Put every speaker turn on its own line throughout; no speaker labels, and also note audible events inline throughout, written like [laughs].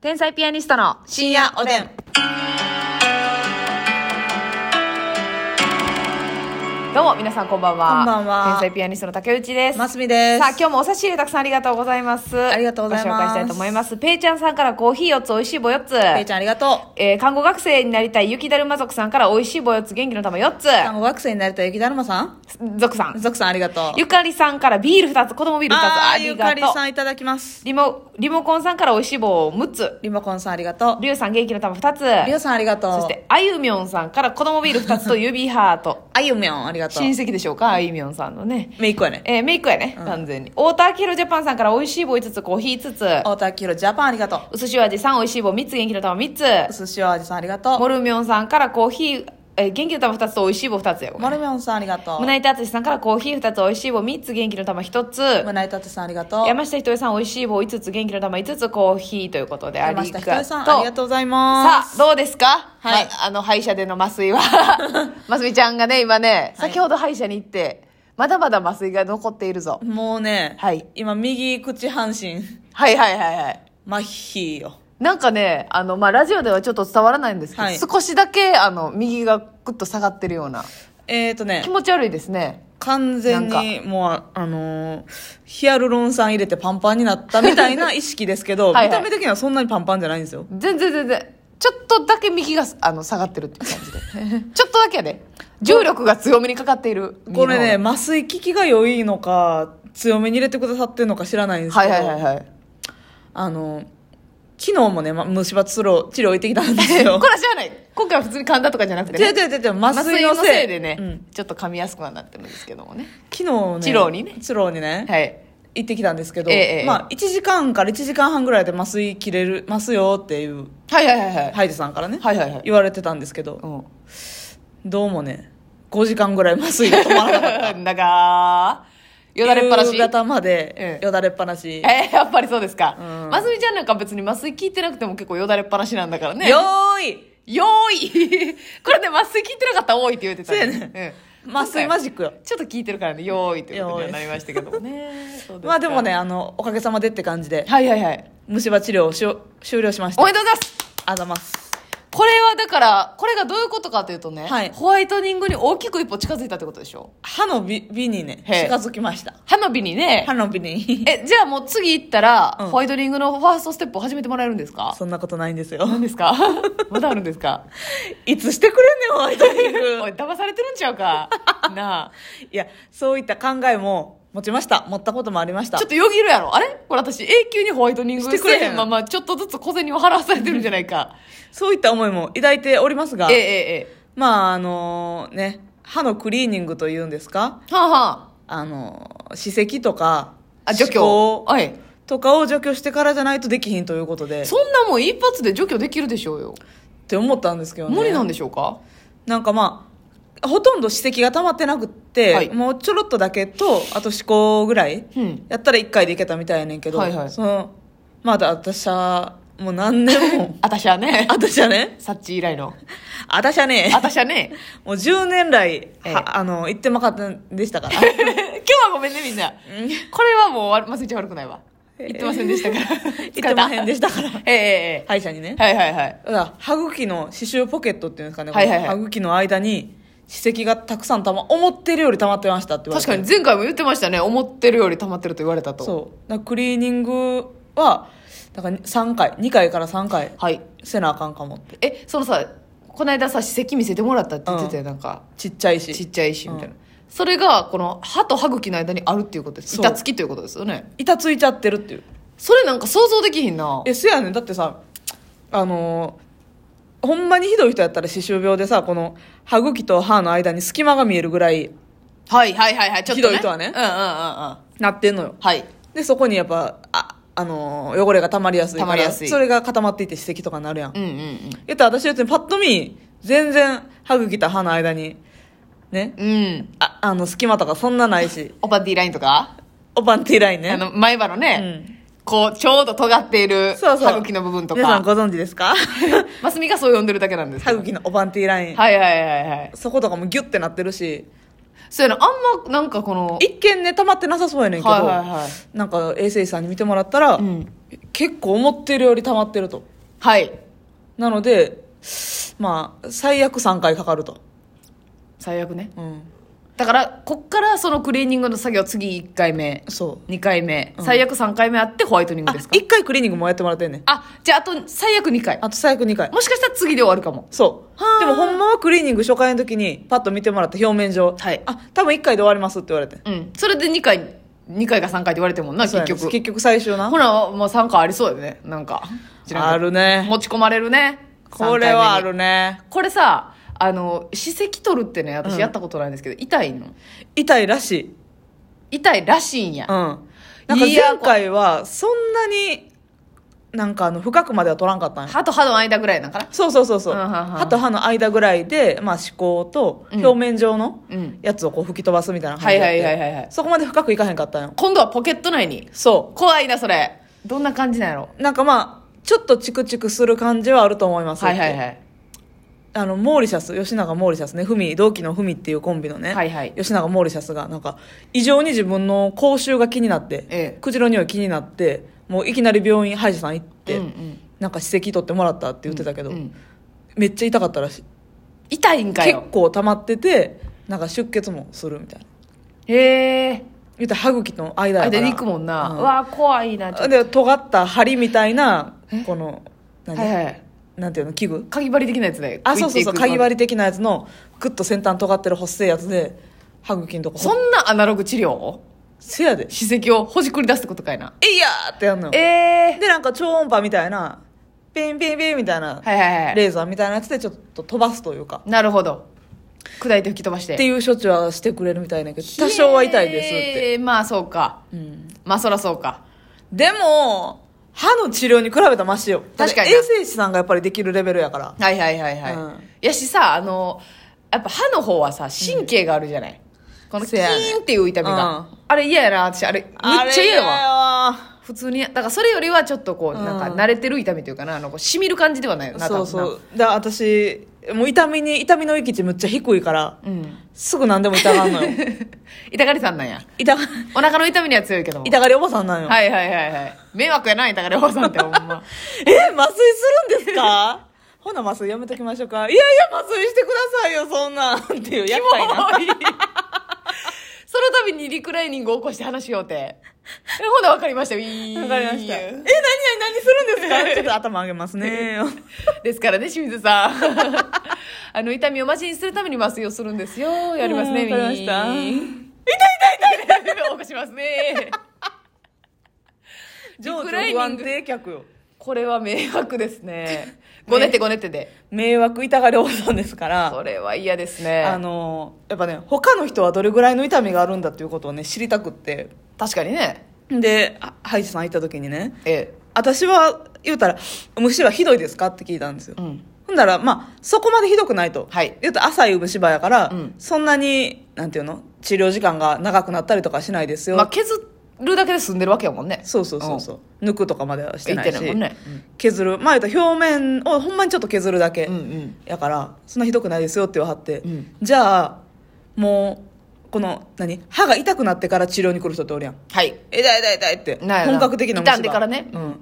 天才ピアニストの
深夜おでん。
どうも皆さんこんばんは
こんばんは
天才ピアニストの竹内です
ますみです。
さあ今日もお差し入れたくさんありがとうございます
ありがとうござい
ご紹
ます
介したいと思いますペイちゃんさんからコーヒー4つ美味しい棒4つ
ペイちゃんありがとう。
えー看護学生になりたい雪だるま族さんから美味しい棒4つ元気の玉4つ
看護学生になりたい雪だるまさん
族さん
ゾクさんありがとう。
ゆかりさんからビール2つ子供ビール2つ
あ
あ
ー
り
ゆ
が
かり
とう
さんいただきます。
リモリモコンさんから美味しい棒6つ
リモコンさんありがと
りゅうさん元気の玉2つ
う。りょうさんありがとう。
そして、あゆみょんさんから子供ビール2つと指ハー
[laughs]
ト。
あゆみょんありがとう
親。戚でしょうかあゆみょんさんのね。
めいっ子やね。
えー、メイクやね、完全に。太田明宏ジャパンさんから美味しい棒5つ、コーヒー5つ。
太田きろジャパンありがとう。
うすしお味3、美味しい棒3つ、元気の玉3
お
つ。
寿司お味さんありがとう。
モルミョンさんからコーヒー、えー、元気の玉2つと美味しい棒2つや
モルミョンさんありがとう。
胸板淳さんからコーヒー2つ、美味しい棒3つ、元気の玉1つ。
胸井達さんありがとう。
山下ひとえさん、美味しい棒5つ、元気の玉5つ、コーヒーということで、あ
山
り
下
が
ひ
と
とりさんありが
う。
とうございま
さ
す。
あ、どうですか
はい
まあの、歯医者での麻酔
[laughs]
は。麻酔ちゃんがね、今ね、先ほど歯医者に行って、まだまだ麻酔が残っているぞ。
もうね、
はい
今右口半身、
はいはいはいはい。
麻痺よ。
なんかね、あの、まあ、ラジオではちょっと伝わらないんですけど、
はい
少しだけ、あの、右がぐっと下がってるような、
えーとね
気、持ち悪いですね。
完全にもうあ、あのーヒアルロン酸入れてパンパンになったみ
[laughs]
たいな意識ですけど
はいはい
見た目的にはそんなにパンパンじゃないんですよ
全然全然、ちょっとだけ右が、あの、下がってるっていう感
[laughs]
じで。ちょっとだけやで、重力が強めにかかっている。
これね
ね、
麻酔効きが良いのか強めに入れてくださってるのか知らないんです
は
け
い
ど、
はいはいはい。
あのー昨日もね、ま、虫歯治療治療行ってきたんです
[laughs]
よ
これは知らない。今回は普通に噛んだとかじゃなくて
違う
ね、
違う違う違う麻酔のせい
でね、
うん
ちょっと噛みやすくはなってるんですけどもね。
昨日ね
治療にね
治療にね、
はい。
行ってきたんですけど、
ええええ
まあ1時間から1時間半ぐらいで麻酔切れるますよっていう
はいはいはいはい。
ハイジさんからね、
はいはいはい。
言われてたんですけど
うん。
どうもね、5時間ぐらい麻酔が止まらなかった。
なん [laughs] か、 [laughs] よだれっぱなし。
夕方ま
え
で
え
よだれっぱなし。
えーやっぱりそうですか。
うん
ますみちゃんなんか別に麻酔効いてなくても結構よだれっぱなしなんだからね。
よーい
よーい [laughs] これね、麻酔効いてなかったら多いって言うてたんで
そうやね
うん
麻酔マジックよ。
ちょっと効いてるからね、よーいってことにはなりましたけども
[laughs]
ね。そうすか
まあでもね、。あの、おかげさまでって感じで、
はいはいはい。
虫歯治療をしよ終了しました。
お
あ
めでとうございます
りがとうございます。
これはだから、これがどういうことかというとね、
はい
ホワイトニングに大きく一歩近づいたってことでしょ
歯の美美にね、
へえ
近づきました。
花火にね
歯、の美に。
え、じゃあもう次行ったら、
うん
ホワイトニングのファーストステップを始めてもらえるんですか
そんなことないんですよ。
何 [laughs] ですかまだあるんですか
いつしてくれんねん、ホワイトニン
[laughs] おい
グ。
騙されてるんちゃう
[laughs]
かなあ
いや、そういった考えも持ちました。持ったこともありました
ちょ。っとよぎるやろあれこれ私永久にホワイトニング
してくれへん
せえままちょっとずつ小銭を払わされてるんじゃない
[laughs]
か
そういった思いも抱いておりますが
ええ、ええ
まあ、あのね、歯のクリーニングというんですか
えはあは
あの、歯石とか、
ああ除去
歯垢
はい
とかを除去してからじゃないとできひんということで、
そんなもん一発で除去できるでしょうよ
って思ったんですけどね。
無理なん
ん
でしょうか
なんかまあ、ほとんど歯石が溜まってなくって、
はい
もうちょろっとだけと、あと歯垢ぐらい、
うん
やったら1回でいけたみたいやねんけど、
はいはい、
その、まだ私は、もう何年も
[laughs] 私は
[laughs]
ね
私はね、
サッチ以来の
私はね、
私は
[laughs]
ね
もう10年来、
ええ
はあの、行ってまかったんでした
[laughs]
から。
今日はごめんねみんなこれはもうわまつりちゃん悪くないわ言ってませんでしたから
[laughs] 行ってませんでしたから
疲れえええ
[laughs] 歯医者にね。
えはいはいはい
だから歯茎の歯周ポケットっていうんですかね、
はいはいはい
この歯茎の間に歯石がたくさんたま思ってるより溜まってましたって言われ
確
て
かに前回も言ってましたね思ってるより溜まってると言われたと
そうだからクリーニングはだから3回2回から3回
はい
せなあかんかもって
えそのさこの間さ歯石見せてもらったって言ってたよ、なんか
ちっちゃい
ちっ
し
ちゃい石みたいな、それがこの歯と歯茎の間にあるっていうことです
そう
板付きということですよね
板ついちゃってるっていう
それなんか想像できひんな
えせやねんだってさあのーほんまにひどい人やったら歯周病でさこの歯茎と歯の間に隙間が見えるぐらい
はいはいはいはいちょっと、ね、
ひどい人はね
うんうんうんうんは
なってんのよ
い
でそこにやっぱあ、あのー汚れが溜まりやすいから
溜まりやすい
それが固まっていって歯石とかになるやん
うんうんうん
言ったら私別にパッと見、全然歯茎と歯の間に、ね、
うん
ああの、隙間とかそんなないし、
オパティラインとか、
おパンティーラインね。
あの前歯の
う
ね、
ん、
こうちょうど尖っている
そうそう
歯茎の部分と
皆さん
か
ご存知ですか [laughs]
ますみがそう呼んでるだけなんですけ
歯
ど
茎のおパンティーライン。
はいはいはいはい
そことかもギュッてなってるし、
そうやなあんまなんかこの
一見ね、溜まってなさそうやねんけど、
はいはいは
なんか衛生士さんに見てもらったら、
い、うん、
結構思ってるより溜まってると。
はい。
なのでまあ最悪3回かかると、
最悪ね。
うん、
だから、こっからそのクリーニングの作業、次1回目、
そう
2回目、最悪3回目あってホワイトニン
あ
グですか
1回クリーニングもやってもらってんねん
あ、じゃああと最悪2回。
あと最悪2回
もしかしたら次で終わるかも。
そう
はあ
でもほんまはクリーニング初回の時にパッと見てもらった表面上、
はい
あ多分1回で終わりますって言われて
うん。それで2回、2回か3回って言われてもんな、
そう
結
やね
局。
結局最終な
ほら、もう3回ありそうよね。なんか。知らんけど
あるね
持ち込まれるね。
これはあ
三回目に。
るね
これさ、あの、歯石取るってね、
う
私
ん
やったことないんですけど、痛いの
痛いらしい
痛いらしいんや
うん。。なんか
いや
前回は、そんなに、なんかあの、深くまでは取らんかったんや。
歯と歯の間ぐらいなんかな。
そうそうそうそう。
うんうんうん
歯と歯の間ぐらいで、まあ、歯垢と
うん
表面上の
うん
やつをこう吹き飛ばすみたいな感じで。
はいはいはいはいはい
そこまで深くいかへんかったんよ。
今度はポケット内に。
そ
怖いな、それ。どんな感じなんやろ。
う。なんかまあ、ちょっとチクチクする感じはあると思います。。
はいはいはいい。
あの、モーリシャス、吉永モーリシャスね、ふみ、同期のふみっていうコンビのね、
はいはい
吉永モーリシャスが、なんか、異常に自分の口臭が気になって、
ええ
口の匂い気になって、もういきなり病院、歯医者さん行って、
うんうん
なんか歯石取ってもらったって言ってたけど、
うん
めっちゃ痛かったらしい
痛いんか
結
よ。
構溜まっててなんか出血もするみたいな
へえ。
言ったら歯茎の間や
あ、
か
で、
ら
行くもんな。
う
うんわー、怖いな、ちょっ
で尖った針みたいなこの
と。
何、
はいはい。
なんていうの器具
鍵針的なやつで。
あそうそうそうかぎ
り
針的なやつのグッと先端尖ってる細いやつで歯茎のとこ
そ
ほ
んなアナログ治療
せやで
歯石をほじくり出すってことかいな。
「えいや!」ってやんのよ
ええ
でなんか超音波みたいなピンピンピンみたいな、
はいはいはい。
レーザーみたいなやつでちょっと飛ばすというか
なるほど。砕いて吹き飛ばして。
っていう処置はしてくれるみたいだけど多少は痛いですって
へー。まあそうか。
うん
まあそらそうか。
でも歯の治療に比べたらマシよ
確かに
だって衛生士さんがやっぱりできるレベルやから
はいはいはいはい。
うん
やしさ、あの、やっぱ歯の方はさ、神経があるじゃない。このキ
せやね
ーンっていう痛みが。
うん
あれ嫌やな、私。あれ、めっちゃ嫌やわ。
わ
普通に。だからそれよりはちょっとこう、
うん
なんか慣れてる痛みというかな、あの、こう染みる感じではないよな、
そう
多
そ
分
うだから私もう痛みに痛みの域値むっちゃ低いから
な。うん。 [laughs]
すぐ何でも痛がんのよ
痛がりさんなんや。
痛が
お腹の痛みには強いけども。
痛がりおばさんなんよ、
はいはいはいはい。迷惑やな、痛がりおばさんって、ほんま。
え麻酔するんですか [laughs] ほな麻酔やめときましょうかいやいや麻酔してくださいよそんなんっていうやっぱりな
おいその度にリクライニングを起こして話しようて。えほな、わかりましたよ。
わ
わ
かりましたえ何何何するんですかちょっと頭上げますね
[laughs] ですからね、清水さん。あの、痛みをマシにするために麻酔をするんですよ。やりますね、
うんわかりました
みー痛い痛い痛い痛い起こしますね。
情緒
リクライニン
不
グ
安定客よ
これは迷惑ですね。ごねてごねてで。
迷惑痛がりおばさんですから、
それは嫌ですね。
あのやっぱね他の人はどれぐらいの痛みがあるんだっていうことをね知りたくって
確かにね。
であ歯医者さん行った時にね
え
私は言うたら「虫歯ひどいですか?」って聞いたんですよ、
え。うん。
ほんならまあそこまでひどくないと、
はい
言うと浅い虫歯やから、
うん
そんなになんていうの治療時間が長くなったりとかしないですよ、
まあ、削るだけで済んでるわけやもんね。
そうそうそうそう、抜くとかまではしてないし
言ってないもんねうん
削るまあ言うたら表面をほんまにちょっと削るだけ、
うんうん。
やからそんなひどくないですよって言わはって、
うん
じゃあもうこの何歯が痛くなってから治療に来る人っておるやん
はい。
痛い痛い痛いって
なんやな
本格的な虫歯
痛んでからね
うん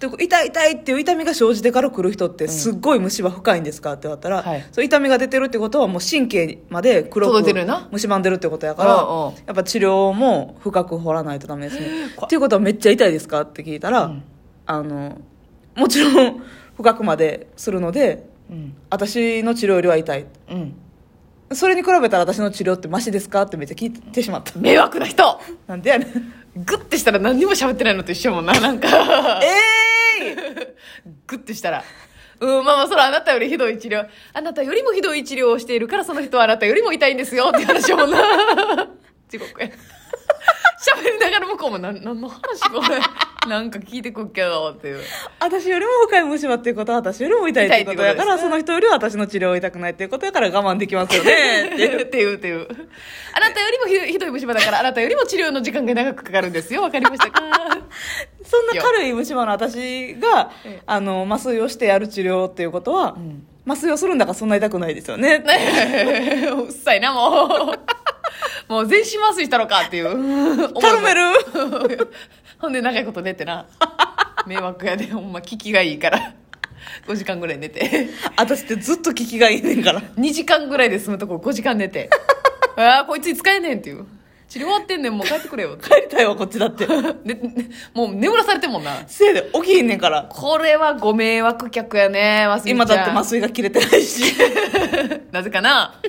でこう痛い痛いっていう痛みが生じてから来る人ってすっごい虫歯深いんですかって言われたら、
はい
そう痛みが出てるってことはもう神経まで黒く
届いてるな
虫歯んでるってことやから
うんうん
やっぱ治療も深く掘らないとダメですね
[laughs]
っていうことはめっちゃ痛いですかって聞いたら、
うん
あのもちろん深くまでするので
うん。
私の治療よりは痛い
うん。
それに比べたら私の治療ってマシですかってめっちゃ聞いてしまった
迷惑な人
なんでやねん
グッてしたら何にも喋ってないのと一緒やもんな、なんか。
えーい
グッてしたら。うん、まあまあ、それはあなたよりひどい治療。あなたよりもひどい治療をしているから、その人はあなたよりも痛いんですよ、って話やもんな。地獄や。喋りながら向こうも、なん、なんの話これ。なんか聞いてくっけど、っていう。
私よりも深い虫歯っていうことは私よりも痛いっていうこと
痛いっ
やから
てことです
その人よりは私の治療痛くないっていうことやから我慢できますよね
っ
って
て [laughs] いう、っていう。あなたよりもひどいひどい虫歯だから、あなたよりも治療の時間が長くかかるんですよ。わかりましたか
そんな軽い虫歯の私が
ええ
あの麻酔をしてやる治療っていうことは、
ん
麻酔をするんだからそんな痛くないですよね
ねえうっさいな、もう。もう全身麻酔したのかっていう。
頼める
るほんで、長いこと寝てな。迷惑やで、ほんま、聞きがいいから。 5時間ぐらい寝て
私ってずっと聞きがいいねんから
2時間ぐらいで済むとこ5時間寝てああこいつに使えねんっていう治療終わってんねんもう帰ってくれよって
帰りたいわこっちだって
でねもう眠らされてんもんな
せいで起きひんねんから
これはご迷惑客やねますみちゃ
今
ん
だって麻酔が切れてないし
なぜかな [laughs]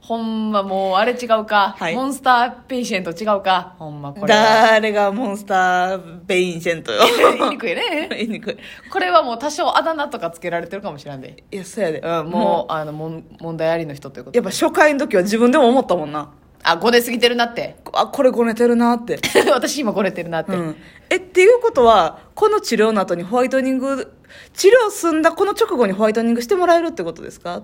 ほんまもうあれ違うか、
はい
モンスターペイシェント違うかほんまこれは
誰がモンスターベインシェン
[laughs]
トよ
言いにくいね [laughs]
言いにくい
これはもう多少あだ名とかつけられてるかもしれんで、
いやそうやで、
うん、もう、あのもん問題ありの人というこ
や
と
っぱ初回の時は自分でも思ったもんな
あ5年過ぎてるなって [laughs]
あこれごねてるなって、
私今これてるなって、
うんえっていうことはこの治療の後にホワイトニング治療済んだこの直後にホワイトニングしてもらえるってことですか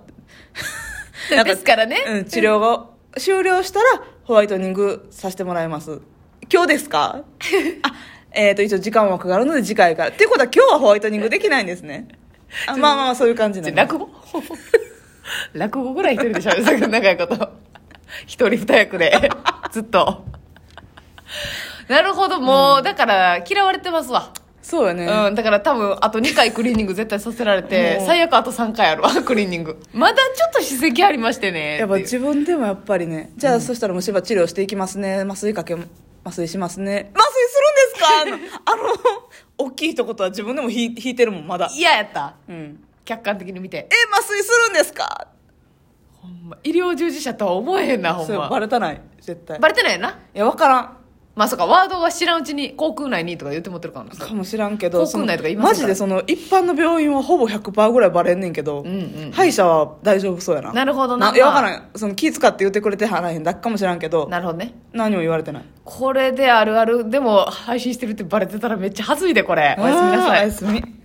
な
[laughs]
ん
ですからね、
うん、治療が終了したらホワイトニングさせてもらいます今日で
[laughs]
すかあえっ、と一応時間はかかるので次回からっていうことは今日はホワイトニングできないんですねあまあまあまあそういう感
[laughs]
じ
ち
な
ょ
んで
落語 [laughs] 落語ぐらい一人で喋ってた長いこと一人二役
[laughs]
でずっとなるほどもう、だから嫌われてますわ
そうよね、
うん、だから多分あと2回クリーニング絶対させられて
もう
最悪あと3回あるわ [laughs] クリーニングまだちょっと歯石ありましてね
やっ
っ
ぱ
ていう
自分でもやっぱりねじゃあ、そしたら虫歯治療していきますね麻酔かけ麻酔しますね麻酔するんですか [laughs] あのあの大きいとことは自分でも引い引いてるもんまだ、
嫌やった
うん、え
客観的に見て
麻酔するんですか
ほんま医療従事者とは思えへんなほん
それ
ま
バレたない絶対
バレてないよない
や分からん
まあそうかワードは知らんうちに航空内にとか言って持ってるからな
かもしらんけど
航空内とか言い
その
ます
マジ
から
でその一般の病院はほぼ100%ぐらいバレんねんけど、
んうん
歯医者は大丈夫そうやな
なるほどない
や分からんその気使って言ってくれてはらへんだけかもしらんけど
なるほどね
何も言われてない
これであるあるでも配信してるってバレてたらめっちゃ恥ずいでこれおやすみな
あー
さ
お
い
やすみ